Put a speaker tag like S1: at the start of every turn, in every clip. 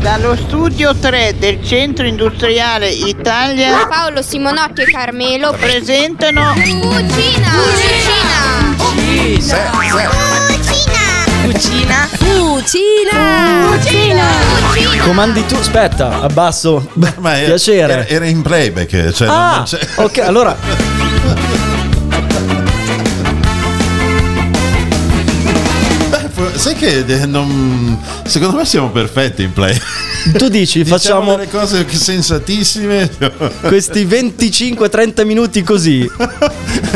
S1: Dallo studio 3 del Centro Industriale Italia
S2: Paolo Simonotti e Carmelo
S1: presentano
S2: Cucina! Cucina!
S3: Cucina.
S4: Cucina!
S2: Cucina!
S5: Comandi tu, aspetta, abbasso.
S6: Beh, ma era,
S5: Piacere.
S6: Era, era in playback, cioè non- non
S5: Ah,
S6: c'è-
S5: ok, allora
S6: Beh, fu- sai che eh, non- secondo me siamo perfetti in play.
S5: tu dici
S6: Facciamo
S5: facciamo
S6: Diciamo delle cose che- sensatissime.
S5: questi 25-30 minuti così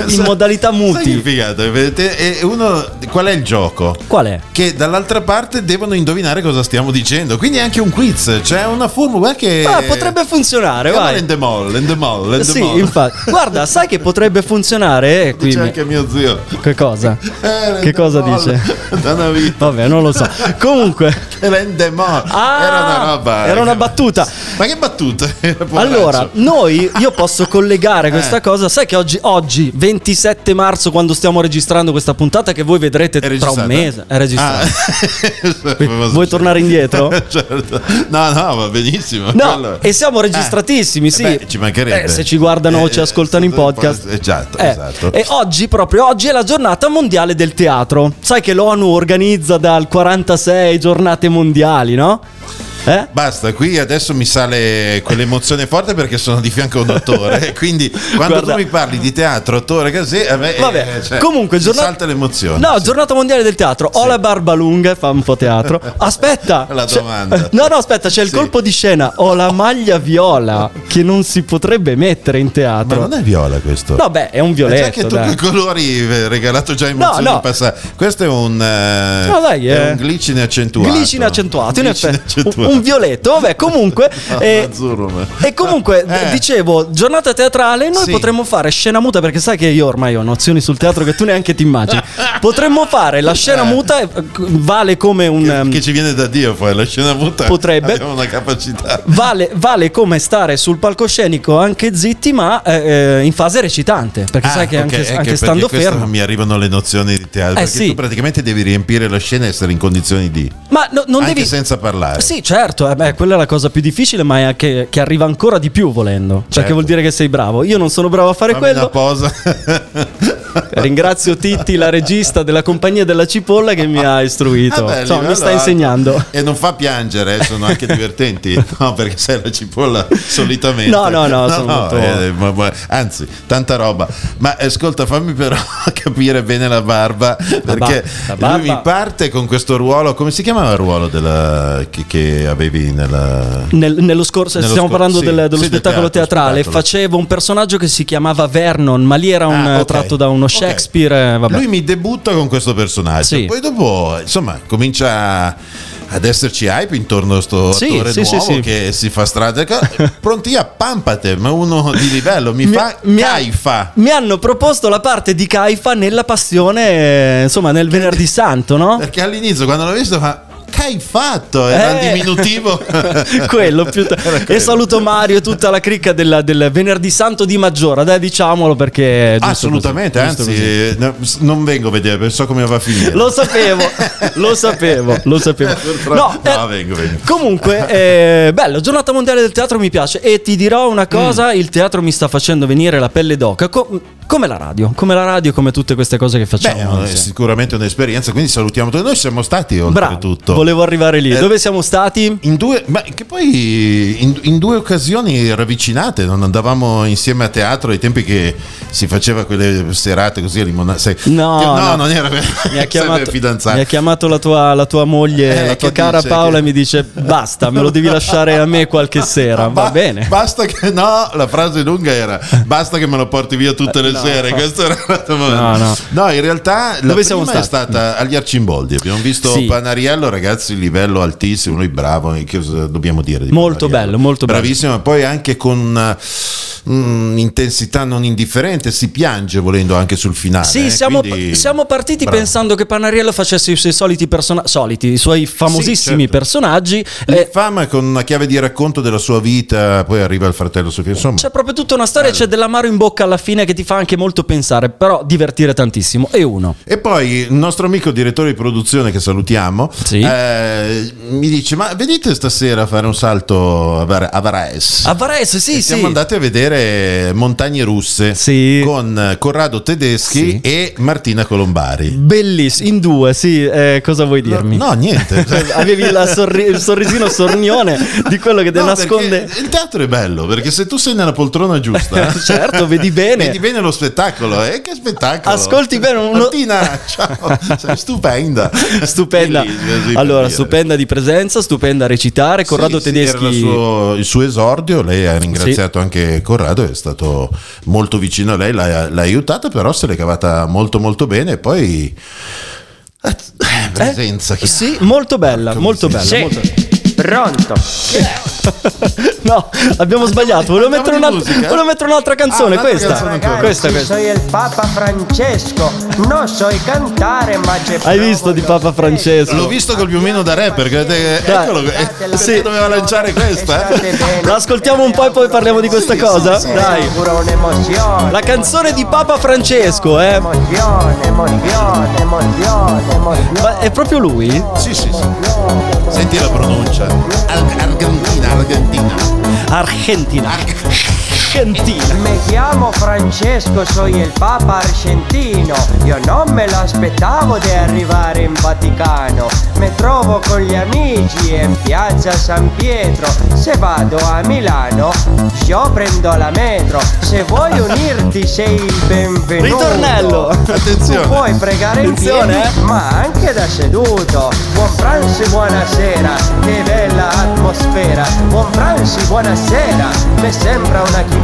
S5: in modalità
S6: Sai che
S5: muti.
S6: figata, vedete? E uno qual è il gioco?
S5: Qual è?
S6: Che dall'altra parte devono indovinare cosa stiamo dicendo. Quindi è anche un quiz, cioè una formula che
S5: Ah, potrebbe funzionare,
S6: funzionare.
S5: vai.
S6: in the mall, in the mall, in the
S5: Sì,
S6: mall.
S5: infatti. Guarda, sai che potrebbe funzionare? Eh, qui
S6: Dice
S5: mi-
S6: anche Eh. mio zio.
S5: Che cosa?
S6: Era in
S5: Che
S6: the
S5: cosa
S6: mall
S5: dice?
S6: Da una vita.
S5: Vabbè, non lo so. Comunque,
S6: Era in the mall.
S5: Ah,
S6: era una roba.
S5: era una battuta.
S6: Ma che battuta? Era poveraccio.
S5: Allora, noi, io posso
S6: Eh.
S5: collegare questa cosa. Sai che oggi, oggi, 27 marzo, quando stiamo registrando questa puntata, che voi vedrete
S6: È
S5: tra un
S6: registrata?
S5: mese, è registrata.
S6: Ah.
S5: Vuoi tornare indietro?
S6: certo. No, no, va benissimo.
S5: No,
S6: Quello-
S5: e siamo registratissimi,
S6: Eh,
S5: sì.
S6: beh, ci mancherebbe.
S5: Eh, se ci guardano o ci
S6: Eh,
S5: ascoltano in podcast.
S6: Esatto,
S5: Eh,
S6: esatto.
S5: E oggi, proprio oggi, è la giornata mondiale del teatro. Sai che l'ONU organizza dal 46 giornate mondiali, no? Eh?
S6: Basta, qui adesso mi sale quell'emozione forte perché sono di fianco a un attore. quindi quando
S5: Guarda.
S6: tu mi parli di teatro, attore, così, a me, eh,
S5: Vabbè,
S6: cioè,
S5: comunque
S6: mi
S5: giornata...
S6: salta l'emozione.
S5: No, giornata mondiale del teatro. Ho la barba lunga e fa un po' teatro. Aspetta.
S6: La
S5: c'è-
S6: domanda.
S5: No, no, aspetta, c'è il
S6: Sì.
S5: colpo di scena. Ho la maglia viola che non si potrebbe mettere in
S6: Ma
S5: teatro.
S6: non è viola questo?
S5: No, beh, è un
S6: Eh,
S5: violetto.
S6: Già che tu
S5: dai.
S6: i colori eh, regalato già emozioni
S5: No, no.
S6: in passato. Questo è un, eh,
S5: No, dai,
S6: è
S5: eh.
S6: un glicine accentuato.
S5: Glicine accentuato, in
S6: Glicine
S5: effetti.
S6: accentuato.
S5: Un violetto, vabbè, comunque.
S6: No,
S5: eh,
S6: Ah, azzurro, ma-
S5: e comunque, d-
S6: Eh.
S5: dicevo, giornata teatrale, noi
S6: Sì.
S5: potremmo fare scena muta, perché sai che io ormai ho nozioni sul teatro che tu neanche ti immagini. Potremmo fare la scena
S6: Eh.
S5: muta, eh, vale come un...
S6: Che,
S5: ehm,
S6: che ci viene da Dio poi la scena muta
S5: Potrebbe. Ah,
S6: abbiamo una capacità
S5: Vale, vale come stare sul palcoscenico anche zitti, ma eh, eh, in fase recitante. Perché
S6: Ah,
S5: sai che
S6: ok,
S5: anche,
S6: eh, che
S5: anche
S6: perché
S5: stando
S6: questo
S5: fermo.
S6: mi arrivano le nozioni di teatro
S5: Eh,
S6: perché
S5: sì.
S6: tu praticamente devi riempire la scena e essere in condizioni di
S5: Ma no- non
S6: anche
S5: devi.
S6: senza parlare
S5: Sì, certo, eh, beh, quella è la cosa più difficile, ma è anche che arriva ancora di più volendo. Cioè, che
S6: Certo.
S5: vuol dire che sei bravo. Io non sono bravo a fare
S6: Fammi una
S5: quello.
S6: posa
S5: Ringrazio Titti, la regista della compagnia della cipolla, che mi ha
S6: Ah,
S5: istruito.
S6: beh,
S5: Insomma,
S6: livello
S5: mi sta
S6: alto.
S5: insegnando.
S6: e non fa piangere eh, sono anche divertenti no perché sai la cipolla solitamente eh,
S5: No, no, no, sono molto-
S6: ma- ma- anzi tanta roba ma ascolta fammi però capire bene la barba perché
S5: la barba.
S6: lui mi parte con questo ruolo come si chiamava il ruolo della- che, che avevi nella
S5: Nel- nello scorso,
S6: Nello
S5: stiamo
S6: scor-
S5: parlando
S6: sì,
S5: del- dello
S6: sì, del
S5: spettacolo
S6: teatro,
S5: teatrale,
S6: spettacolo.
S5: facevo un personaggio che si chiamava Vernon, ma lì era un,
S6: Ah, ok.
S5: tratto da uno
S6: Ok.
S5: Shakespeare. eh, vabbè.
S6: Lui mi debutta con questo personaggio.
S5: Sì.
S6: Poi dopo, insomma, comincia ad esserci hype intorno a sto
S5: Sì,
S6: attore
S5: sì,
S6: nuovo
S5: sì, sì.
S6: che si fa strada. Pronti a pampate, ma uno di livello mi, fa
S5: ha-
S6: caifa.
S5: mi hanno proposto la parte di Caifa nella passione, eh, insomma, nel venerdì santo, no?
S6: Perché all'inizio quando l'ho visto fa che hai fatto? Era un
S5: Eh.
S6: diminutivo.
S5: quello più t- e saluto Mario e tutta la cricca della- del venerdì santo di Maggiora dai diciamolo perché è giusto
S6: Ah, Assolutamente,
S5: così, giusto
S6: anzi,
S5: così.
S6: eh, no, s- non vengo a vedere, perché so come va a finire.
S5: lo sapevo lo sapevo lo sapevo no, eh,
S6: No, Ah, vengo, vengo.
S5: comunque eh, bello giornata mondiale del teatro mi piace e ti dirò
S6: Mm.
S5: una cosa il teatro mi sta facendo venire la pelle d'oca co- come la radio come la radio come tutte queste cose che
S6: Beh, eh,
S5: facciamo
S6: Cioè, è
S5: sì.
S6: sicuramente un'esperienza, quindi salutiamo tutti. Noi siamo stati
S5: bravo
S6: oltretutto.
S5: volevo arrivare lì
S6: Eh,
S5: dove siamo stati
S6: In due, ma che poi in, in due occasioni ravvicinate, non andavamo insieme a teatro ai tempi che si faceva quelle serate così a limonata. sai-
S5: No,
S6: Che-
S5: no.
S6: non era
S5: mi ha chiamato,
S6: fidanzato.
S5: mi ha chiamato la, tua, la tua moglie,
S6: Eh,
S5: la tua
S6: che
S5: cara
S6: dice?
S5: Paola,
S6: Che-
S5: e mi dice: Basta, me lo devi lasciare a me qualche sera. Va bene.
S6: Basta che no, la frase lunga era basta che me lo porti via tutte le sere. Questa era la domanda.
S5: No,
S6: No, in realtà la
S5: Dove
S6: prima
S5: siamo
S6: è
S5: stati?
S6: stata agli Arcimboldi. Abbiamo visto
S5: Sì.
S6: Panariello, ragazzi, livello altissimo, lui bravo, che cosa dobbiamo dire? di
S5: Molto
S6: Panariello?
S5: bello, molto bello.
S6: Bravissimo, poi anche con eh, mm, intensità non indifferente, si piange volendo anche sul finale.
S5: Sì,
S6: eh,
S5: siamo,
S6: quindi-
S5: siamo partiti
S6: Bravo.
S5: pensando che Panariello facesse i suoi soliti, persona- soliti, i suoi famosissimi
S6: certo. Mm.
S5: personaggi. eh,
S6: L'infama con una chiave di racconto della sua vita, poi arriva il fratello Sofia. Insomma,
S5: C'è proprio tutta una storia, c'è dell'amaro in bocca alla fine che ti fa anche molto pensare, però divertire tantissimo. E uno.
S6: E poi il nostro amico direttore di produzione che salutiamo
S5: Sì.
S6: eh, mi dice ma venite stasera a fare un salto a, Var- a Vares.
S5: Avares, Ah, sì,
S6: E
S5: sì.
S6: siamo andati a vedere Montagne Russe
S5: Sì.
S6: con eh, Corrado Tedeschi
S5: Sì.
S6: e Martina Colombari.
S5: Bellissimo, in due, sì. eh, cosa vuoi dirmi?
S6: No, niente. Cioè,
S5: Cioè, Avevi la sorri- il sorrisino sornione di quello che te
S6: No,
S5: nasconde.
S6: perché Il teatro è bello perché se tu sei nella poltrona giusta,
S5: Certo, vedi bene.
S6: vedi bene lo spettacolo. E che spettacolo!
S5: Ascolti bene uno-
S6: Martina, ciao, sei stupenda,
S5: Stupenda.
S6: Bellissima, sì, per
S5: Allora,
S6: dire.
S5: stupenda di presenza, stupenda a recitare. Corrado
S6: Sì, sì,
S5: Tedeschi.
S6: era il suo- il suo esordio, lei ha ringraziato anche Corrado, è stato molto vicino a lei, l'ha, l'ha aiutata, però se l'è cavata molto molto bene e poi... Eh, Presenza, chi-
S5: Eh, Sì, molto bella, molto bella.
S3: Sì.
S5: molto-
S3: Pronto.
S5: No, abbiamo sbagliato. Volevo mettere,
S6: Parliamo di
S5: un'altra,
S6: musica? eh?
S5: volevo mettere un'altra canzone.
S6: Ah, un'altra
S5: questa.
S6: canzone ancora.
S5: questa,
S3: Io
S5: questa.
S3: soy il Papa Francesco. Non so cantare, ma c'è
S5: Hai visto di Papa Francesco?
S6: L'ho visto col piumino da re perché eccolo, eh,
S3: Sì.
S6: doveva lanciare questa. eh.
S3: Esatto,
S5: Lo ascoltiamo un po' e poi parliamo di questa
S6: Sì,
S5: cosa.
S6: sì, sì.
S5: Dai.
S3: un'emozione.
S5: La canzone di Papa Francesco, eh.
S3: Emozione, emozione, emozione, emozione.
S5: Ma è proprio lui?
S6: Sì, sì, sì. Senti la pronuncia. Ar- Argentina, Argentina.
S5: Argentina. Argentina.
S3: Me chiamo Francesco, soy il Papa argentino. Io non me l'aspettavo di arrivare in Vaticano. Me trovo con gli amici in piazza San Pietro. Se vado a Milano, io prendo la metro. Se vuoi unirti sei il benvenuto.
S5: Ritornello.
S6: Attenzione.
S3: Tu puoi pregare in
S5: Attenzione,
S3: piedi,
S5: eh.
S3: ma anche da seduto. Buon pranzo e buonasera, che bella atmosfera. Buon pranzo e buonasera, mi sembra una chimera.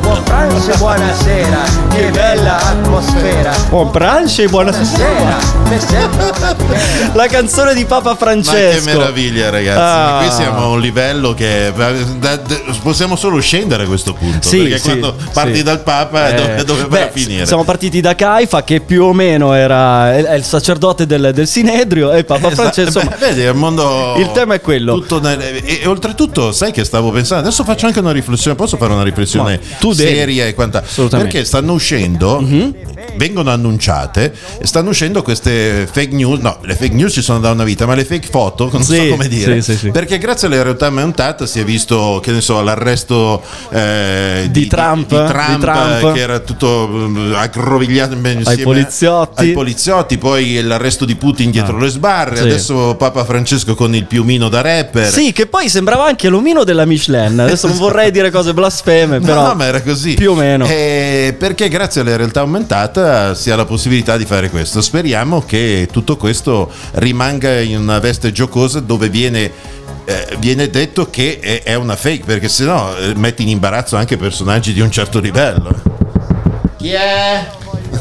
S3: Buon pranzo e buonasera, che bella atmosfera.
S5: Buon pranzo e
S3: Buonasera,
S5: buonasera.
S3: mi sembra una chimera.
S5: La canzone di Papa
S6: Ma che
S5: Francesco.
S6: meraviglia, ragazzi!
S5: Ah.
S6: Qui siamo a un livello che da- da- possiamo solo scendere a questo punto.
S5: Sì,
S6: perché
S5: sì,
S6: quando parti
S5: sì.
S6: dal Papa,
S5: Eh,
S6: dove, dove vai
S5: beh,
S6: a finire?
S5: Siamo partiti da Caifa, che più o meno era è- è il sacerdote del, del Sinedrio, e Papa Francesco.
S6: Esatto. Eh Beh,
S5: insomma,
S6: vedi, oh, è un mondo.
S5: Il tema è quello.
S6: tutto nel- e, e oltretutto, sai che stavo pensando? Adesso faccio anche una riflessione. Posso fare una riflessione
S5: Ma tu devi.
S6: seria e quanta?
S5: Assolutamente. Mhm.
S6: Perché stanno uscendo, vengono annunciate e stanno uscendo queste fake news. No, le fake news ci sono da una vita, ma le fake foto, non
S5: Sì,
S6: so come dire.
S5: sì, sì, sì.
S6: Perché grazie alle realtà aumentate si è visto, che ne so, l'arresto eh,
S5: Di Trump,
S6: di Trump,
S5: di Trump.
S6: eh, che era tutto mm, aggrovigliato insieme
S5: Ai poliziotti. Ah.
S6: ai poliziotti, poi l'arresto di Putin dietro le sbarre,
S5: Sì.
S6: adesso Papa Francesco con il piumino da rapper.
S5: Sì, che poi sembrava anche l'omino della Michelin. Adesso non vorrei dire cose blasfeme,
S6: No,
S5: però.
S6: no, ma era così.
S5: Più o meno.
S6: Eh, perché grazie alla realtà aumentata si ha la possibilità di fare questo. Speriamo che tutto questo rimanga in una veste giocosa dove viene, eh, viene detto che è, è una fake, perché sennò eh, metti in imbarazzo anche personaggi di un certo livello. Chi è?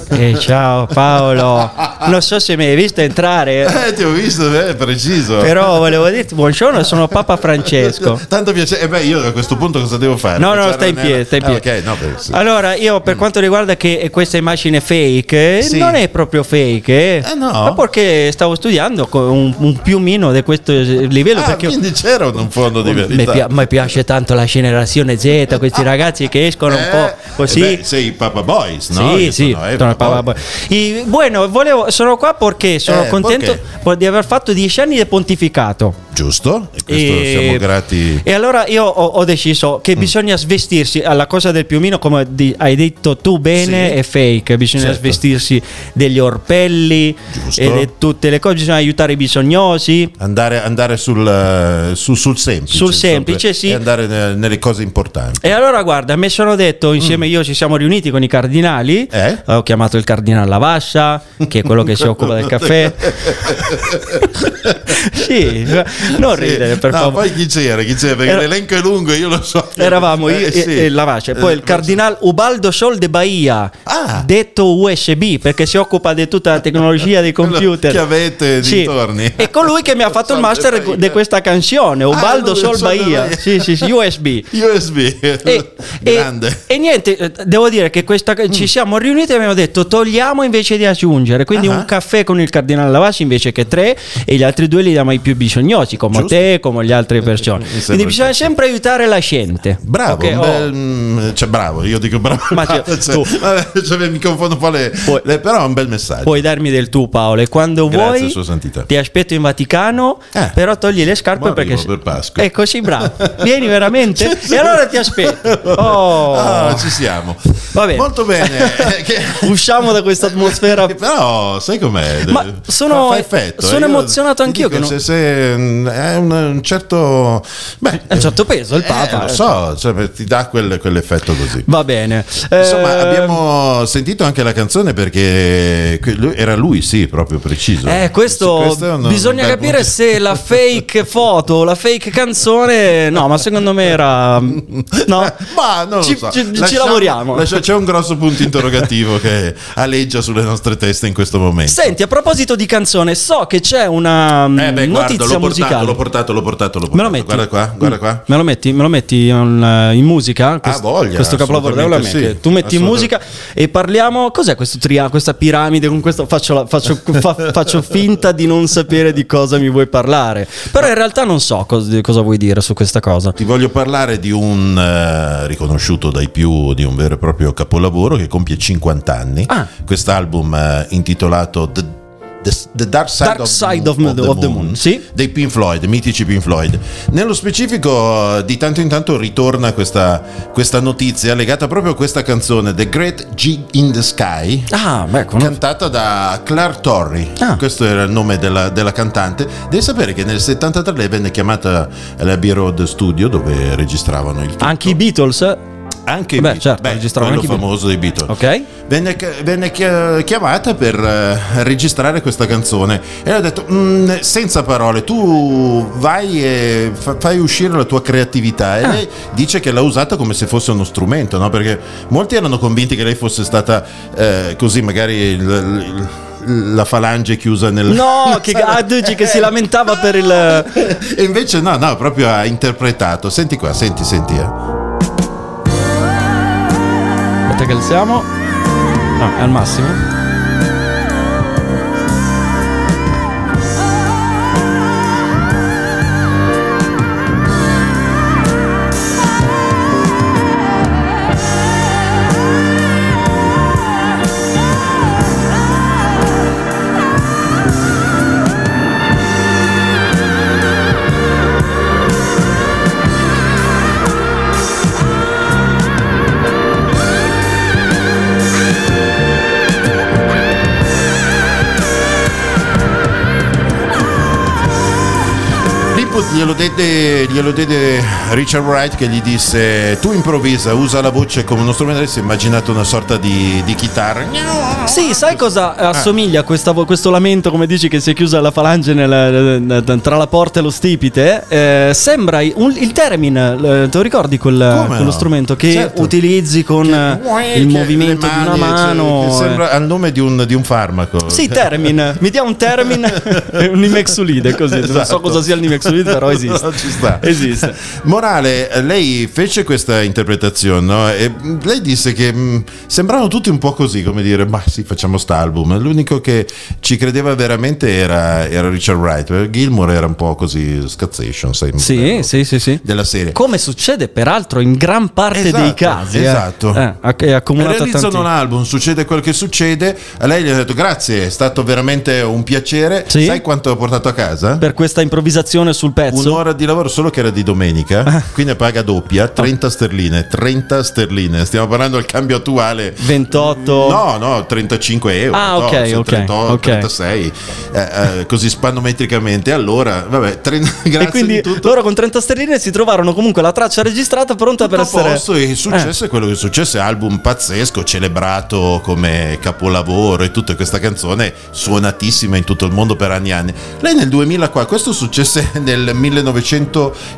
S5: Eh, ciao Paolo. Non so se mi hai visto entrare,
S6: Eh, ti ho visto, eh, preciso.
S5: però volevo dirti buongiorno, sono Papa Francesco.
S6: Tanto piacere. E beh, io a questo punto cosa devo fare?
S5: No, no,
S6: Facciare
S5: stai in
S6: una-
S5: piedi, stai in piedi.
S6: Ah, ok, no, beh, sì. Mm.
S5: Allora, io per quanto riguarda che questa immagine fake, eh,
S6: Sì.
S5: non è proprio fake, eh,
S6: Ah, no?
S5: ma perché stavo studiando con un, un piumino di questo livello
S6: Ah,
S5: perché
S6: quindi c'era un fondo di
S5: mi,
S6: verità.
S5: pia- mi piace tanto la generazione Z, questi ragazzi che escono un
S6: Eh,
S5: po' così.
S6: eh beh, sei Papa Boys, no?
S5: sì,
S6: Io
S5: sì,
S6: sono, eh,
S5: sono il Papa Boy. E, bueno, volevo- sono qua perché sono
S6: Eh,
S5: contento di aver fatto dieci anni di pontificato.
S6: Giusto? E questo
S5: E-
S6: siamo grati.
S5: E allora io ho, ho deciso
S6: Mm.
S5: che bisogna svestirsi alla cosa del piumino, come di- hai detto tu bene,
S6: Sì.
S5: è fake. Bisogna
S6: Certo.
S5: svestirsi degli orpelli
S6: Giusto.
S5: e di tutte le cose. Bisogna aiutare i bisognosi.
S6: Andare, andare sul, eh, su- sul semplice.
S5: Sul semplice,
S6: insomma,
S5: sì.
S6: E andare ne- nelle cose importanti.
S5: E allora guarda, mi sono detto insieme io ci siamo riuniti con i cardinali.
S6: Mm. Eh?
S5: Ho chiamato il cardinale Lavascia, che è quello che si occupa del caffè. sì, Eh, Non
S6: Sì.
S5: ridere, per
S6: no,
S5: favore.
S6: Poi chi c'era? Chi c'era? Perché
S5: Era-
S6: l'elenco è lungo, io lo so.
S5: Eravamo io
S6: Eh,
S5: e,
S6: sì.
S5: e la Vace, poi
S6: Eh,
S5: il cardinal Ubaldo Sol de Bahia,
S6: Ah.
S5: detto USB perché si occupa di tutta la tecnologia dei
S6: Quello-
S5: computer.
S6: chiavette e dintorni.
S5: È colui che mi ha fatto il
S6: Sol de
S5: master
S6: Bahia.
S5: di questa canzone, Ubaldo
S6: Ah,
S5: Sol
S6: Sol de
S5: Bahia.
S6: Bahia.
S5: Sì, sì, sì, USB.
S6: USB.
S5: E,
S6: Grande. Mm.
S5: e- e niente, eh, devo dire che questa, ci siamo riuniti e abbiamo detto togliamo invece di aggiungere. Quindi
S6: Ah.
S5: un caffè con il cardinale Lavassi invece che tre e gli altri due li diamo ai più bisognosi, come
S6: Giusto. Eh,
S5: te, come le altre persone.
S6: mi sembra
S5: Quindi bisogna
S6: giusto.
S5: sempre aiutare la gente.
S6: Bravo,
S5: Ok, oh.
S6: beh, mm, cioè, bravo, io dico bravo.
S5: Ma cioè,
S6: cioè,
S5: tu-
S6: vabbè, cioè, mi confondo un po' le,
S5: Puoi-
S6: le- però è un bel messaggio.
S5: Puoi darmi del tu Paolo e quando
S6: Grazie,
S5: vuoi
S6: Sua Santità.
S5: ti aspetto in Vaticano,
S6: Eh,
S5: però togli le scarpe
S6: buon
S5: perché Ecco.
S6: arrivo per Pasqua.
S5: È così bravo. Vieni veramente? e allora ti aspetto. Oh.
S6: Ah, ci siamo.
S5: Va bene.
S6: Molto bene. Eh, che-
S5: Usciamo da questa atmosfera
S6: Eh, Però sai com'è?
S5: Ma sono- sono emozionato
S6: eh, ti
S5: anch'io
S6: dico,
S5: che
S6: se,
S5: non-
S6: se, mm, è un, un certo... Beh,
S5: È un certo peso il
S6: eh,
S5: Papa.
S6: lo so, cioè, beh, ti dà quel- quell'effetto così.
S5: Va bene.
S6: Insomma,
S5: Eh,
S6: abbiamo sentito anche la canzone perché que- lui- era lui, sì, proprio preciso.
S5: Eh, questo,
S6: Sì, questo è un-
S5: bisogna
S6: beh,
S5: capire
S6: punto-
S5: se la fake foto, o la fake canzone. No, ma secondo me era. No,
S6: Ma non
S5: ci,
S6: lo so.
S5: ci- ci
S6: Lasciamo-
S5: lavoriamo.
S6: lascia- c'è un grosso punto interrogativo che aleggia sulle nostre teste in questo momento.
S5: Senti, a proposito di canzone, so che c'è una mm,
S6: Eh beh, guarda,
S5: notizia
S6: l'ho portato,
S5: musicale.
S6: l'ho portato, l'ho portato, l'ho portato.
S5: Me lo metti? Mm.
S6: Guarda qua, guarda qua. Ah,
S5: Me lo metti, me lo metti in, eh, in musica? Questo,
S6: voglia,
S5: questo capolavoro della
S6: assolutamente
S5: mente.
S6: sì,
S5: Tu metti in
S6: assolutamente.
S5: musica e parliamo. Cos'è questo tria- questa piramide? Con questo faccio, la- faccio- fa- faccio finta di non sapere di cosa mi vuoi parlare. Però in realtà non so cos- di cosa vuoi dire su questa cosa.
S6: Ti voglio parlare di un eh, riconosciuto dai più di un vero e proprio capolavoro che compie 50 anni.
S5: Ah.
S6: Quest'album eh, intitolato The, The- The Dark Side,
S5: Dark
S6: of,
S5: Side of- of the Moon, sì.
S6: dei Pink Floyd, mitici Pink Floyd. Nello specifico, eh, di tanto in tanto ritorna questa, questa notizia legata proprio a questa canzone, The Great Gig in the Sky.
S5: Ah, beh, con-
S6: Cantata da Claire Torrey,
S5: Ah.
S6: questo era il nome della, della cantante. Devi sapere che nel 73 lei venne chiamata alla B-Road Studio dove registravano il tutto.
S5: anche i Beatles. eh?
S6: Anche i
S5: Beh,
S6: Beatles.
S5: certo,
S6: Beh,
S5: registravano
S6: quello
S5: anche i
S6: famoso dei Beatles.
S5: Ok.
S6: Venne, venne chi- chiamata per eh, registrare questa canzone e ha detto: "Mm, Senza parole, tu vai e fa- fai uscire la tua creatività. E lei dice che l'ha usata come se fosse uno strumento, no? perché molti erano convinti che lei fosse stata eh, così, magari il- il- la falange chiusa nel.
S5: No, che ah, dici che si lamentava per il.
S6: e invece no, no, proprio ha interpretato. Senti qua, senti, senti. eh.
S5: Aspetta che alziamo. No, è al massimo.
S6: L'input glielo dette, glielo dette Richard Wright che gli disse tu improvvisa, usa la voce come uno strumento, si è immaginato una sorta di, di chitarra.
S5: Sì, sai cosa assomiglia a questa vo- questo lamento, come dici, che si è chiusa la falange nel- tra la porta e lo stipite? Eh, sembra i- un- il termine, eh, te lo ricordi quel,
S6: Come
S5: quello
S6: no?
S5: strumento che
S6: Certo.
S5: utilizzi con eh,
S6: Che-
S5: il
S6: che-
S5: movimento
S6: le
S5: di una
S6: mani, cioè,
S5: mano?
S6: che
S5: eh.
S6: sembra al nome di un, di un farmaco.
S5: Sì, termine, mi dia un termine, è un nimexulide così, non so
S6: Esatto.
S5: cosa sia il nimexulide però esiste.
S6: No, ci sta.
S5: Esiste.
S6: Morale, eh, lei fece questa interpretazione no? e mh, lei disse che mh, sembravano tutti un po' così, come dire, ma sì, facciamo st'album. L'unico che ci credeva veramente era, era Richard Wright. eh, Gilmour era un po' così, scazzation, sai?
S5: Sì,
S6: modello
S5: sì, sì, sì.
S6: Della serie.
S5: Come succede peraltro in gran parte dei
S6: Esatto,
S5: casi. eh.
S6: esatto.
S5: Eh, ha- è accumulata
S6: realizzano
S5: tanti...
S6: un album, succede quel che succede. A lei gli ha detto grazie, è stato veramente un piacere.
S5: Sì.
S6: Sai quanto ho portato a casa?
S5: Per questa improvvisazione sul pezzo. Ah. cazzo.
S6: un'ora di lavoro solo che era di domenica, quindi paga doppia, 30 sterline, 30 sterline, stiamo parlando del cambio attuale.
S5: 28.
S6: No, no, 35 euro.
S5: Ah,
S6: no,
S5: ok,
S6: sono
S5: ok,
S6: 38,
S5: ok.
S6: 36, eh, eh, così spannometricamente. Allora, vabbè, tre- grazie
S5: E quindi
S6: di tutto.
S5: loro con 30 sterline si trovarono comunque la traccia registrata pronta per
S6: Tutto a
S5: essere. Eh.
S6: posto e il successo è quello che è successo, è album pazzesco, celebrato come capolavoro e tutto, e questa canzone suonatissima in tutto il mondo per anni e anni. Lei nel 2004, questo successe nel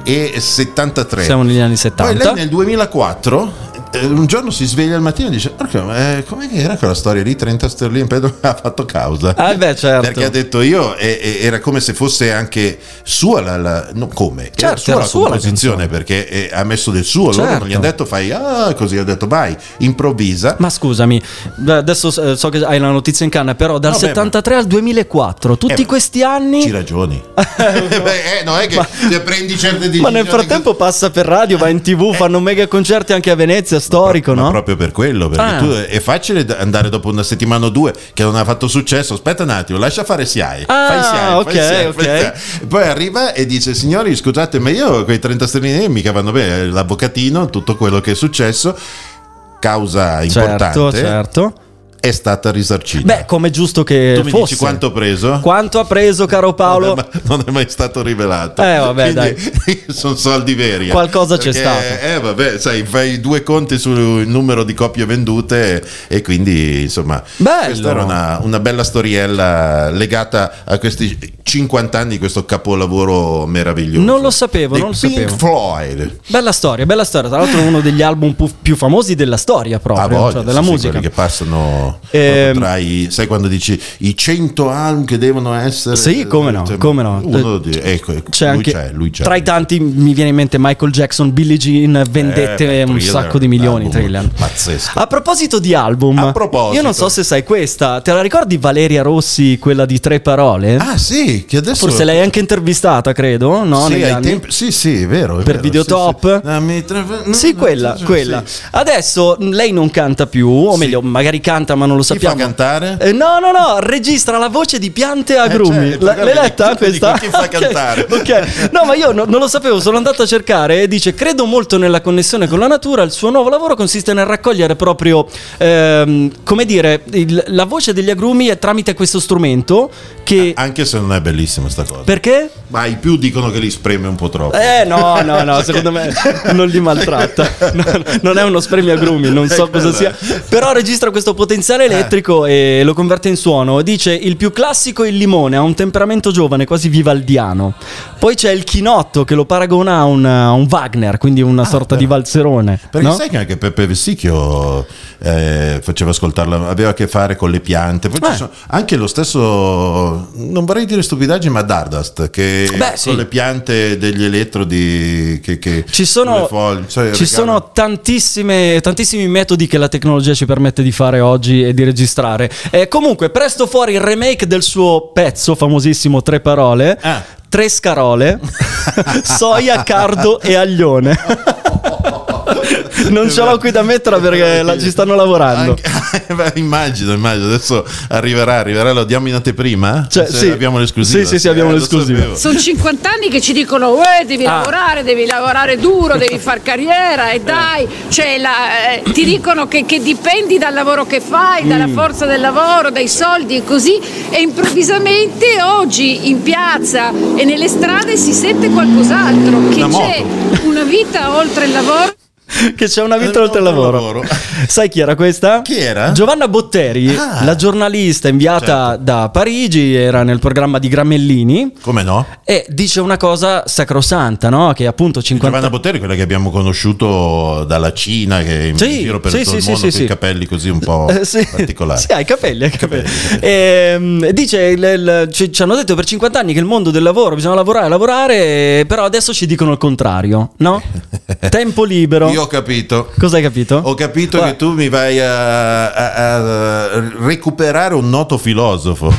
S6: 1973.
S5: Siamo negli anni
S6: eh. Poi
S5: 70.
S6: lei nel 2004 eh, un giorno si sveglia al mattino e dice "Porca, ma, eh, com'è che era quella storia lì 30 sterline Pedro ha fatto causa
S5: Ah, beh, certo.
S6: perché ha detto io e- e- era come se fosse anche sua la, la- no, come era
S5: Certo,
S6: sua
S5: era
S6: la
S5: sua la
S6: composizione perché eh, ha messo del suo loro
S5: Certo.
S6: non gli ha detto fai ah così ha detto vai improvvisa
S5: Ma scusami, beh, adesso eh, so che hai la notizia in canna, però dal
S6: No, beh, ma-
S5: 73 al 2004, tutti
S6: Eh, ma-
S5: questi anni.
S6: ci ragioni Beh, eh, no è che te prendi certe decisioni
S5: Ma nel frattempo passa per radio, va in tv, fanno mega concerti anche a Venezia, storico,
S6: Eh. Ma
S5: no?
S6: proprio per quello, perché
S5: Ah.
S6: tu è facile da- andare dopo una settimana o due che non ha fatto successo. Aspetta un attimo, lascia fare SIAE.
S5: Ah,
S6: fai SIAE,
S5: ok,
S6: fai SIAE,
S5: ok.
S6: fai SIAE. Poi arriva e dice: Signori, scusate, ma io quei 30 sterline lì mica vanno bene. L'avvocatino, tutto quello che è successo, causa importante,
S5: Certo, certo.
S6: è stata risarcita.
S5: Beh, come giusto che
S6: tu mi
S5: fosse.
S6: dici quanto ho preso?
S5: Quanto ha preso, caro Paolo?
S6: Non è, ma- non è mai stato rivelato.
S5: Eh, vabbè,
S6: sono soldi veri. eh.
S5: Qualcosa c'è
S6: Perché,
S5: stato.
S6: Eh, vabbè, sai, fai due conti sul numero di copie vendute e quindi, insomma,
S5: Bello.
S6: questa era una, una bella storiella legata a questi 50 anni di questo capolavoro meraviglioso.
S5: Non lo sapevo,
S6: Dei
S5: non lo
S6: Pink
S5: sapevo.
S6: Floyd.
S5: Bella storia, bella storia. Tra l'altro, è uno degli album pu- più famosi della storia,
S6: Ah,
S5: proprio,
S6: voglia,
S5: cioè
S6: sì,
S5: della
S6: sì,
S5: musica.
S6: quelli che passano
S5: Ehm,
S6: proprio tra i, sai quando dici i 100 album che devono essere
S5: Sì, come no,
S6: Cioè,
S5: come no.
S6: uno di- ecco,
S5: C'è
S6: lui
S5: anche
S6: c'è, lui c'è.
S5: tra i tanti mi viene in mente Michael Jackson, Billie Jean, vendette
S6: Eh, beh,
S5: un
S6: Thriller,
S5: sacco di milioni.
S6: album
S5: Thriller.
S6: pazzesco.
S5: A proposito di album,
S6: A proposito.
S5: io non so se sai questa. Te la ricordi Valeria Rossi, quella di Tre Parole?
S6: Ah sì, che adesso...
S5: Forse l'hai anche intervistata, credo. No,
S6: sì,
S5: negli
S6: ai
S5: anni?
S6: tempi- sì, sì, è vero. è
S5: Per
S6: vero,
S5: Videotop?
S6: Sì, sì. Ah, mi tra-
S5: Sì, quella,
S6: sì,
S5: quella.
S6: sì.
S5: Adesso mh, lei non canta più, o
S6: Sì.
S5: meglio, magari canta ma non lo
S6: Chi fa
S5: sappiamo.
S6: cantare?
S5: Eh, no, no, no, registra la voce di piante e agrumi.
S6: certo,
S5: La-
S6: guarda,
S5: L'hai letta
S6: dico, dico,
S5: questa?
S6: chi fa
S5: Ok,
S6: cantare?
S5: ok. No, ma io no- non lo sapevo, sono andato a cercare e dice "Credo molto nella connessione con la natura, il suo nuovo lavoro consiste nel raccogliere proprio ehm, come dire, il- la voce degli agrumi è tramite questo strumento che
S6: Anche se non è bellissima sta cosa.
S5: perché?
S6: Ma i più dicono che li spreme un po' troppo.
S5: Eh no, no, no, secondo me non li maltratta. No, no, non è uno spremio agrumi, non so cosa sia. Però registra questo potenziale
S6: Eh.
S5: elettrico e lo converte in suono. Dice il più classico è il limone, ha un temperamento giovane, quasi vivaldiano. Poi c'è il chinotto che lo paragona a un, a un Wagner, quindi una sorta di valzerone.
S6: Ah, Perché
S5: no?
S6: sai che anche Peppe Vessicchio eh, faceva ascoltarla, aveva a che fare con le piante. Poi ci
S5: Eh.
S6: sono- anche lo stesso, non vorrei dire stupidaggini, ma Dardust, che
S5: Beh,
S6: con
S5: sì.
S6: le piante degli elettrodi che, che
S5: Ci sono,
S6: le foglie, cioè,
S5: ci
S6: regala-
S5: sono tantissime, tantissimi metodi che la tecnologia ci permette di fare oggi e di registrare. Eh, comunque, presto fuori il remake del suo pezzo famosissimo Tre parole.
S6: Ah.
S5: Tre scarole, soia, cardo e aglione. non ce l'ho qui da mettere perché la- ci stanno lavorando.
S6: Anche- beh, immagino, immagino. Adesso arriverà, arriverà, lo diamo in anteprima?
S5: Cioè,
S6: Se
S5: sì.
S6: Abbiamo l'esclusiva. Eh,
S5: Sì, sì, sì, abbiamo
S6: lo
S5: l'esclusiva.
S6: sapevo.
S7: Sono 50 anni che ci dicono "Eh, devi
S5: Ah.
S7: lavorare, devi lavorare duro, devi far carriera
S6: Eh.
S7: e dai, cioè, la- eh, ti dicono che, che dipendi dal lavoro che fai, dalla
S6: Mm.
S7: forza del lavoro, dai soldi e così e improvvisamente oggi in piazza e nelle strade si sente qualcos'altro, che
S6: Una moto.
S7: c'è una vita oltre il lavoro.
S5: Che c'è una vita
S6: Eh,
S5: oltre il
S6: oltre
S5: lavoro.
S6: il lavoro.
S5: Sai chi era questa?
S6: Chi era?
S5: Giovanna Botteri,
S6: Ah. Certo.
S5: la giornalista inviata da Parigi, era nel programma di Gramellini.
S6: Come no?
S5: E dice una cosa sacrosanta, no? Che appunto 50
S6: Giovanna Botteri, quella che abbiamo conosciuto dalla Cina, che è in
S5: Sì,
S6: giro per
S5: sì,
S6: tutto
S5: sì,
S6: il
S5: sì,
S6: mondo
S5: sì,
S6: con
S5: sì.
S6: i capelli così un po'
S5: Eh, sì.
S6: particolari.
S5: Sì, ha i capelli, ha i capelli.
S6: Capelli, capelli.
S5: Ehm, dice, il- il- ci, ci hanno detto per 50 anni che il mondo del lavoro bisogna lavorare, lavorare, però adesso ci dicono il contrario, no? Tempo libero.
S6: Io ho capito.
S5: Cosa hai capito?
S6: Ho capito
S5: Guarda,
S6: che tu mi vai a, a- a recuperare un noto filosofo.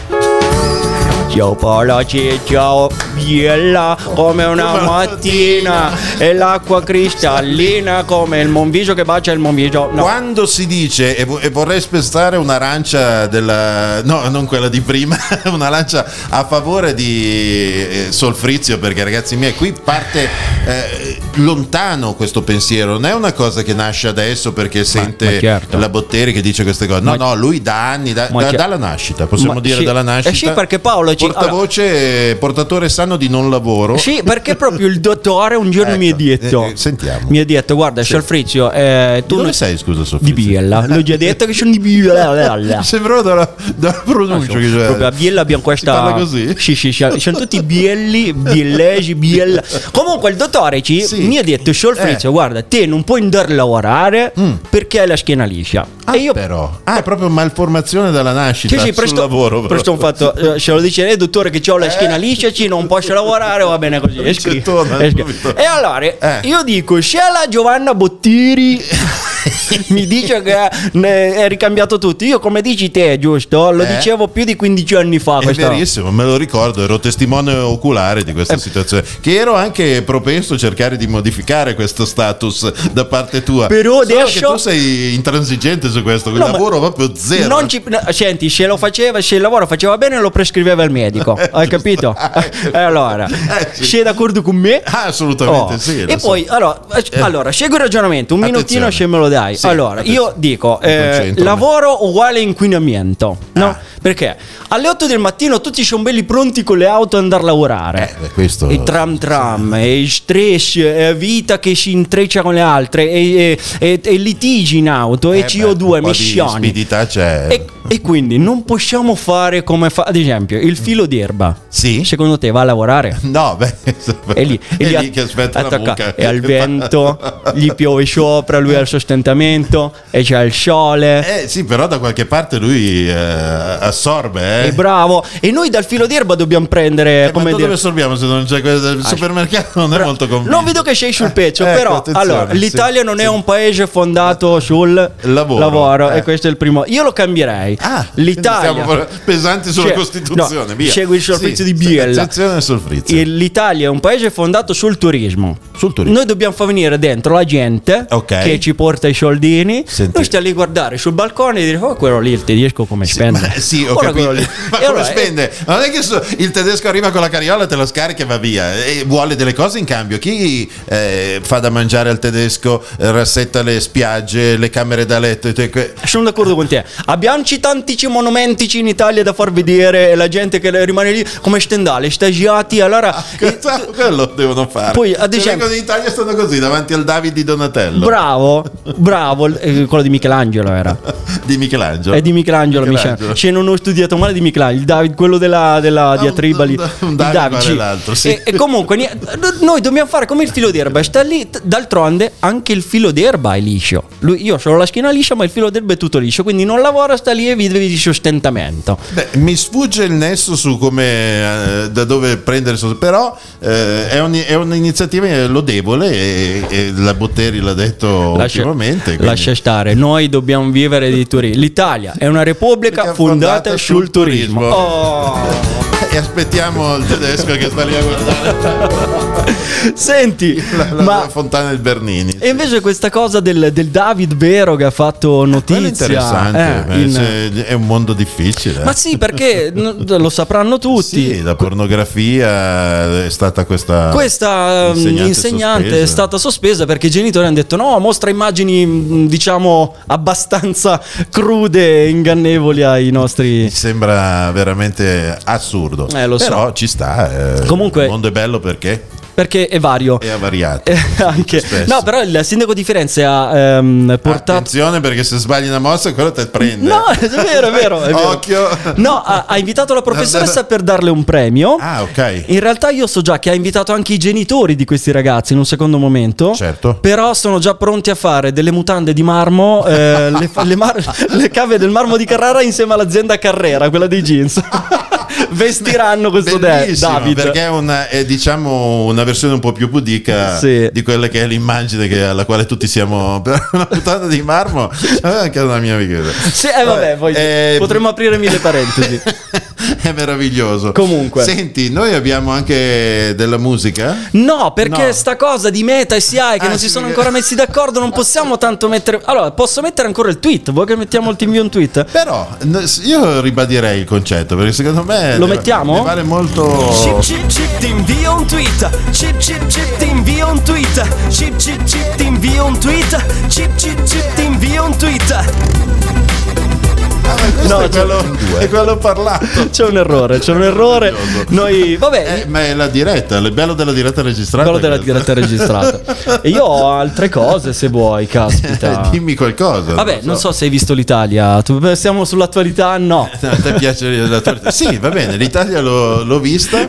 S5: Ciao Paola, ci- ciao biella come una mattina e l'acqua cristallina come il monviso che bacia il monviso. No.
S6: Quando si dice e, vo- e vorrei spezzare un'arancia della no, non quella di prima, un'arancia a favore di eh, Solfrizio, perché ragazzi miei, qui parte eh, lontano questo pensiero, non è una cosa che nasce adesso perché sente
S5: ma certo.
S6: la Botteri che dice queste cose. No,
S5: Ma-
S6: no, lui da anni, da-
S5: ma
S6: da-
S5: cer-
S6: dalla nascita, possiamo
S5: Ma
S6: dire
S5: sì.
S6: dalla
S5: Eh
S6: nascita.
S5: sì, perché Paolo ci-
S6: portavoce eh, portatore sano di non lavoro.
S5: Sì, perché proprio il dottore un giorno
S6: Ecco,
S5: mi ha detto:
S6: eh, eh, sentiamo.
S5: Mi ha detto, guarda,
S6: Sì.
S5: Solfrizio, eh, tu
S6: Dove
S5: non-
S6: sei, scusa,
S5: Di
S6: Solfrizio?
S5: Biella. L'ho già detto che sono di Biella.
S6: Sembrava dalla, dalla pronuncia
S5: Ah,
S6: che c'era.
S5: Proprio a Biella abbiamo questa.
S6: Si parla così?
S5: Sì, sì, sì. Sono tutti bielli, biellesi, biella. Comunque il dottore ci
S6: Sì.
S5: mi ha detto: Solfrizio,
S6: Eh.
S5: guarda, te non puoi andare a lavorare
S6: Mm.
S5: perché hai la schiena liscia.
S6: Ah,
S5: e io
S6: però. Ah, è proprio malformazione dalla nascita
S5: Sì, sì,
S6: sul
S5: presto,
S6: lavoro. Eh? però.
S5: presto un fatto, eh, ce lo dice il dottore che ho la schiena liscia, ci non posso lavorare, va bene così. E, scri-
S6: torna
S5: e, scri-
S6: subito.
S5: e allora,
S6: Eh.
S5: io dico, se la Giovanna Bottiri mi dice che ne- è ricambiato tutto, io come dici te, giusto? Lo
S6: Eh.
S5: dicevo più di 15 anni fa.
S6: È
S5: questa- Eh.
S6: verissimo, me lo ricordo, ero testimone oculare di questa situazione. Che ero anche propenso a cercare di modificare questo status da parte tua.
S5: Però
S6: Solo
S5: adesso-
S6: che tu sei intransigente su questo, quel
S5: No, ma-
S6: lavoro proprio zero.
S5: Non ci- no, senti, se lo faceva, se il lavoro faceva bene, lo prescriveva il medico. Hai capito? E allora,
S6: Eh, sì.
S5: sei d'accordo con me?
S6: Ah, assolutamente
S5: Oh,
S6: sì. lo
S5: E
S6: so.
S5: poi, allora, eh, allora, scelgo il ragionamento, un minutino
S6: Attenzione.
S5: se me lo dai.
S6: Sì,
S5: allora, io
S6: attenzione.
S5: dico,
S6: Mi
S5: eh,
S6: concentro.
S5: lavoro uguale inquinamento, no?
S6: Ah.
S5: Perché alle 8 del mattino tutti sono belli pronti con le auto ad andare a lavorare.
S6: Eh, questo-
S5: E tram tram, e il stress, e vita che si intreccia con le altre, e, e- e- e litigi in auto,
S6: Eh,
S5: e
S6: beh,
S5: CO2,
S6: un po' di
S5: emissioni.
S6: Spidità c'è.
S5: E, e quindi non possiamo fare come fa, ad esempio, il filo d'erba.
S6: Sì?
S5: Secondo te va a lavorare?
S6: No, beh,
S5: È lì, è lì att-
S6: che aspetta la
S5: attacca-
S6: mucca.
S5: è al vento, gli piove sopra, lui ha il sostentamento e c'è il sole.
S6: Eh sì, però da qualche parte lui eh, assorbe, eh.
S5: È bravo. E noi dal filo d'erba dobbiamo prendere.
S6: Eh, ma
S5: come
S6: da
S5: dire-
S6: dove sorbiamo se non c'è questo? Il supermercato non è
S5: Bra-
S6: molto convinto.
S5: Non vedo che sei sul pezzo,
S6: Eh, ecco,
S5: però
S6: attenzione,
S5: allora,
S6: sì,
S5: l'Italia non è
S6: sì.
S5: un paese fondato sul
S6: Lavoro, eh.
S5: e questo è il primo. Io lo cambierei.
S6: Ah,
S5: L'Italia
S6: quindi stiamo pesanti sulla
S5: Cioè,
S6: Costituzione,
S5: no,
S6: via.
S5: Segui il sorfrizio
S6: Sì,
S5: di Biella.
S6: attenzione al sorfrizio.
S5: E L'Italia è un paese fondato sul turismo.
S6: Sul turismo.
S5: Noi dobbiamo far venire dentro la gente
S6: Ok.
S5: che ci porta i soldini.
S6: Senti.
S5: Noi stiamo lì a guardare sul balcone e dire: Oh, quello lì il tedesco come spende.
S6: Ma- sì, ho
S5: Ora
S6: capito.
S5: quello lì. E
S6: Ma come
S5: allora, eh,
S6: spende? Ma Non è che so- il tedesco arriva con la carriola, te la scarica e va via. E vuole delle cose in cambio. Chi eh, fa da mangiare al tedesco, eh, rassetta le spiagge, le camere da letto? e te- que-
S5: eh, Sono d'accordo con te. Abbiamo tantici monumentici in Italia da far vedere e la gente che rimane lì come stendale, stagiati. Allora,
S6: Ah,
S5: eh,
S6: Cioè, Quello devono fare.
S5: Poi, ad
S6: Se
S5: esempio-
S6: vengono in Italia stanno così davanti al Davide di Donatello.
S5: bravo, bravo, eh, quello di Michelangelo era.
S6: Di Michelangelo.
S5: È di Michelangelo, mi sa.
S6: Michelangelo. Ah,
S5: Cioè, non ho studiato male di Michelangelo, il David, quello della, della
S6: un-
S5: diatriba lì.
S6: un- un
S5: Il
S6: David
S5: David,
S6: pare
S5: sì.
S6: l'altro, sì.
S5: E, e comunque, ni- noi dobbiamo fare come il filo d'erba. Sta lì, t- d'altronde, anche il filo d'erba è liscio. Lui, io ho la schiena liscia, ma il filo d'erba è tutto liscio. Quindi non lavora, sta lì e vive di sostentamento.
S6: Beh, mi sfugge il nesso su come eh, da dove prendere, sos- però eh, è, un- è un'iniziativa eh, lodevole e, e la Botteri l'ha detto ultimamente. quindi-
S5: lascia stare, noi dobbiamo vivere di turismo. L'Italia è una repubblica
S6: Perché è
S5: fondata, sul turismo. Oh.
S6: E aspettiamo il tedesco che sta lì a guardare
S5: Senti,
S6: la, la-
S5: ma
S6: la fontana del Bernini.
S5: E invece questa cosa del, del David Vero che ha fatto
S6: Eh, Quello
S5: notizia.
S6: è interessante,
S5: eh,
S6: eh,
S5: in-
S6: se- è un mondo difficile. eh.
S5: Ma sì, perché n- lo sapranno tutti.
S6: Sì, la pornografia è stata questa
S5: Questa ehm, insegnante, è
S6: sospesa.
S5: stata sospesa perché i genitori hanno detto no, mostra immagini mh, diciamo abbastanza crude e ingannevoli ai nostri...
S6: Mi sembra veramente assurdo.
S5: Eh, lo so.
S6: Però ci sta. eh.
S5: Comunque-
S6: Il mondo è bello perché
S5: perché è vario.
S6: è avariato.
S5: Eh, anche-
S6: Spesso. Ah,
S5: No, però il sindaco di Firenze ha ehm, portato...
S6: Attenzione perché se sbagli una mossa quello te prende.
S5: No, è vero, è vero. è vero.
S6: Occhio.
S5: No, ha, ha invitato la professoressa per darle un premio.
S6: Ah, ok.
S5: In realtà io so già che ha invitato anche i genitori di questi ragazzi in un secondo momento.
S6: Certo.
S5: Però sono già pronti a fare delle mutande di marmo, eh, le, fa- le mar- le cave del marmo di Carrara insieme all'azienda Carrera, quella dei jeans. Vestiranno questo de-
S6: Bellissimo,
S5: David.
S6: perché è, una, è, diciamo una versione un po' più pudica
S5: Sì.
S6: di quella che è l'immagine che- alla quale tutti siamo per una puntata di marmo eh, anche una mia amica
S5: Sì, eh, vabbè, poi
S6: Eh,
S5: potremmo aprire mille parentesi.
S6: è meraviglioso.
S5: Comunque.
S6: Senti, noi abbiamo anche della musica.
S5: No, perché
S6: No.
S5: sta cosa di Meta e SI che
S6: Ah,
S5: non si
S6: sì,
S5: sono
S6: perché-
S5: ancora messi d'accordo, non possiamo tanto mettere. Allora, posso mettere ancora il tweet? Vuoi che mettiamo il team un tweet?
S6: Però n- io ribadirei il concetto perché secondo me
S5: Lo
S6: ne-
S5: mettiamo?
S6: ne vale molto.
S8: Chip chip chip ti invio un tweet Chip chip chip ti invio un tweet Chip chip chip ti invio un tweet Chip chip chip ti invio un tweet
S6: Ah, ma questo
S5: No, cioè,
S6: è,
S5: c'è-
S6: quello, è quello parlato.
S5: C'è un errore, c'è un errore. Noi, vabbè,
S6: Eh, ma è la diretta, il bello della diretta registrata.
S5: quello della
S6: questo.
S5: diretta registrata. E io ho altre cose se vuoi, caspita.
S6: Dimmi qualcosa.
S5: Vabbè, non so se hai visto l'Italia. Tu- Siamo sull'attualità? No.
S6: A te piace la torta? Sì, va bene, l'Italia l'ho, l'ho vista.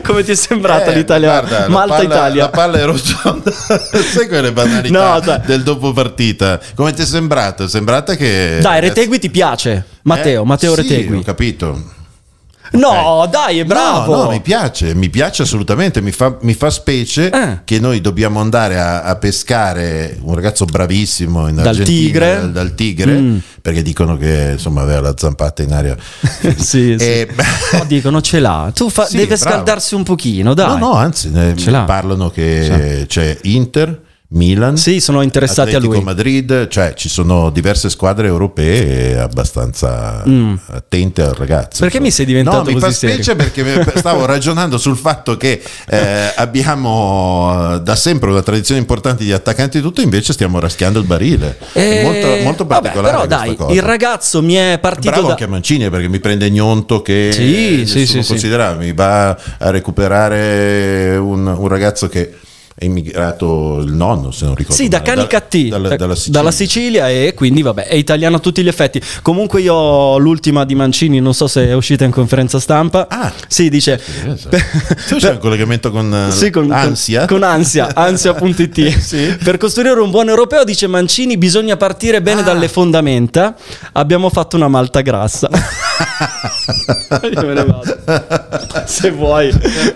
S5: Come ti è sembrata
S6: Eh,
S5: l'Italia?
S6: guarda, la
S5: Malta
S6: palla-
S5: Italia.
S6: La palla è rotonda. Sai quelle banalità
S5: No, dai.
S6: del dopo partita. Come ti è sembrata? È sembrata che
S5: Dai, Retegui ti piace. Matteo,
S6: Eh,
S5: Matteo
S6: sì,
S5: Retegui.
S6: Ho capito.
S5: No, dai, è bravo.
S6: No, no, mi piace, mi piace assolutamente, mi fa, mi fa specie
S5: Eh.
S6: che noi dobbiamo andare a, a pescare un ragazzo bravissimo in
S5: Dal
S6: Argentina,
S5: Tigre. Mm.
S6: dal, dal Tigre, perché dicono che insomma aveva la zampata in aria.
S5: sì, sì.
S6: E-
S5: No, dicono ce l'ha. Tu fa-
S6: Eh, Sì,
S5: deve
S6: bravo.
S5: scaldarsi un pochino,
S6: No,
S5: dai.
S6: no, anzi, ne-
S5: Ce l'ha.
S6: parlano che c'è Inter, Milan.
S5: Sì, sono interessati
S6: Atletico
S5: a lui.
S6: Madrid, cioè ci sono diverse squadre europee abbastanza attente al ragazzo.
S5: Mm. Perché mi sei diventato
S6: no, mi
S5: così
S6: fa
S5: serio?
S6: specie perché mi- stavo ragionando sul fatto che eh, abbiamo eh, da sempre una tradizione importante di attaccanti e tutto, invece stiamo raschiando il barile.
S5: Eh,
S6: È molto, molto
S5: vabbè,
S6: particolare.
S5: però
S6: questa
S5: dai,
S6: cosa.
S5: il ragazzo mi è partito
S6: Bravo
S5: da...
S6: anche a Mancini perché mi prende Gnonto che
S5: Sì,
S6: nessuno
S5: sì, sì, sì.
S6: considerava, mi va a recuperare un, un ragazzo che è immigrato il nonno se non ricordo
S5: Sì, da
S6: male,
S5: Canicattì,
S6: dalla, dalla Sicilia.
S5: dalla Sicilia e quindi vabbè, è italiano a tutti gli effetti. Comunque io ho l'ultima di Mancini, non so se è uscita in conferenza stampa.
S6: Ah.
S5: sì, dice
S6: tu c'è un collegamento con, eh,
S5: Sì, con, con-
S6: ansia
S5: con ansia, ansia.it.
S6: Sì.
S5: Per costruire un buon europeo, dice Mancini, bisogna partire
S6: Ah.
S5: bene dalle fondamenta. Abbiamo fatto una malta grassa. Io me ne vado. Se vuoi,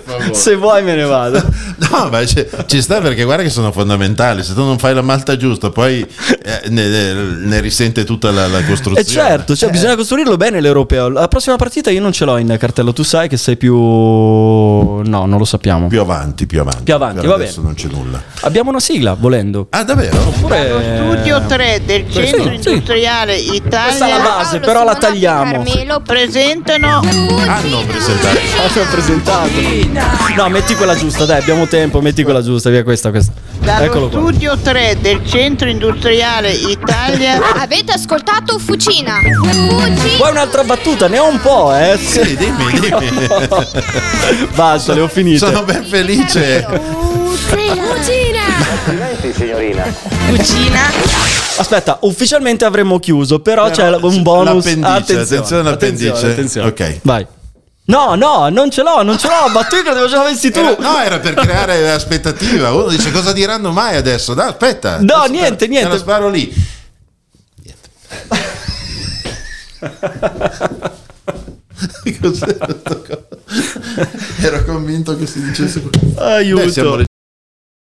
S6: favore.
S5: se vuoi me ne vado.
S6: No, ma ci, ci sta perché guarda che sono fondamentali. Se tu non fai la malta giusta, poi eh, ne, ne- ne risente tutta la, la costruzione.
S5: E certo,
S6: Eh.
S5: cioè, bisogna costruirlo bene l'europeo. La prossima partita io non ce l'ho in cartello, tu sai che sei più... No, non lo sappiamo.
S6: Più avanti, più avanti.
S5: Più avanti,
S6: Per
S5: va
S6: adesso
S5: bene.
S6: non c'è nulla.
S5: Abbiamo una sigla, volendo.
S6: Ah, davvero?
S1: Dallo
S5: Oppure...
S1: studio 3 del
S5: Sì,
S1: Centro
S5: Eh, sì.
S1: Industriale
S5: Questa è la
S1: Italia
S5: base, però la tagliamo.
S2: Carmelo,
S1: presentano
S6: Hanno presentato.
S5: Hanno presentato. No, metti quella giusta, dai, abbiamo tempo, metti quella giusta, via questa, questa.
S1: dallo
S5: Eccolo qua.
S1: studio 3 del Centro Industriale Italia
S2: avete ascoltato Fucina. Fucina.
S5: Vuoi un'altra battuta? Ne ho un po', eh.
S6: Sì, dimmi, dimmi.
S5: Basta, le ho finite.
S6: Sono ben felice.
S2: Fucina.
S5: Aspetta, ufficialmente avremmo chiuso, però, c'è
S6: Però
S5: un bonus.
S6: l'appendice, attenzione all'appendice.
S5: attenzione.
S6: Ok.
S5: Vai. No, no, non ce l'ho, non ce l'ho, battuta, devo ce l'avessi tu.
S6: Era- no, era per creare aspettativa. Uno dice cosa diranno mai adesso? No, aspetta.
S5: No,
S6: Adesso
S5: niente,
S6: te-
S5: niente.
S6: Te lo sparo lì. Niente. Cos'era sta cosa? Ero convinto che si dicesse questo.
S5: Aiuto.
S6: eh, Beh, siamo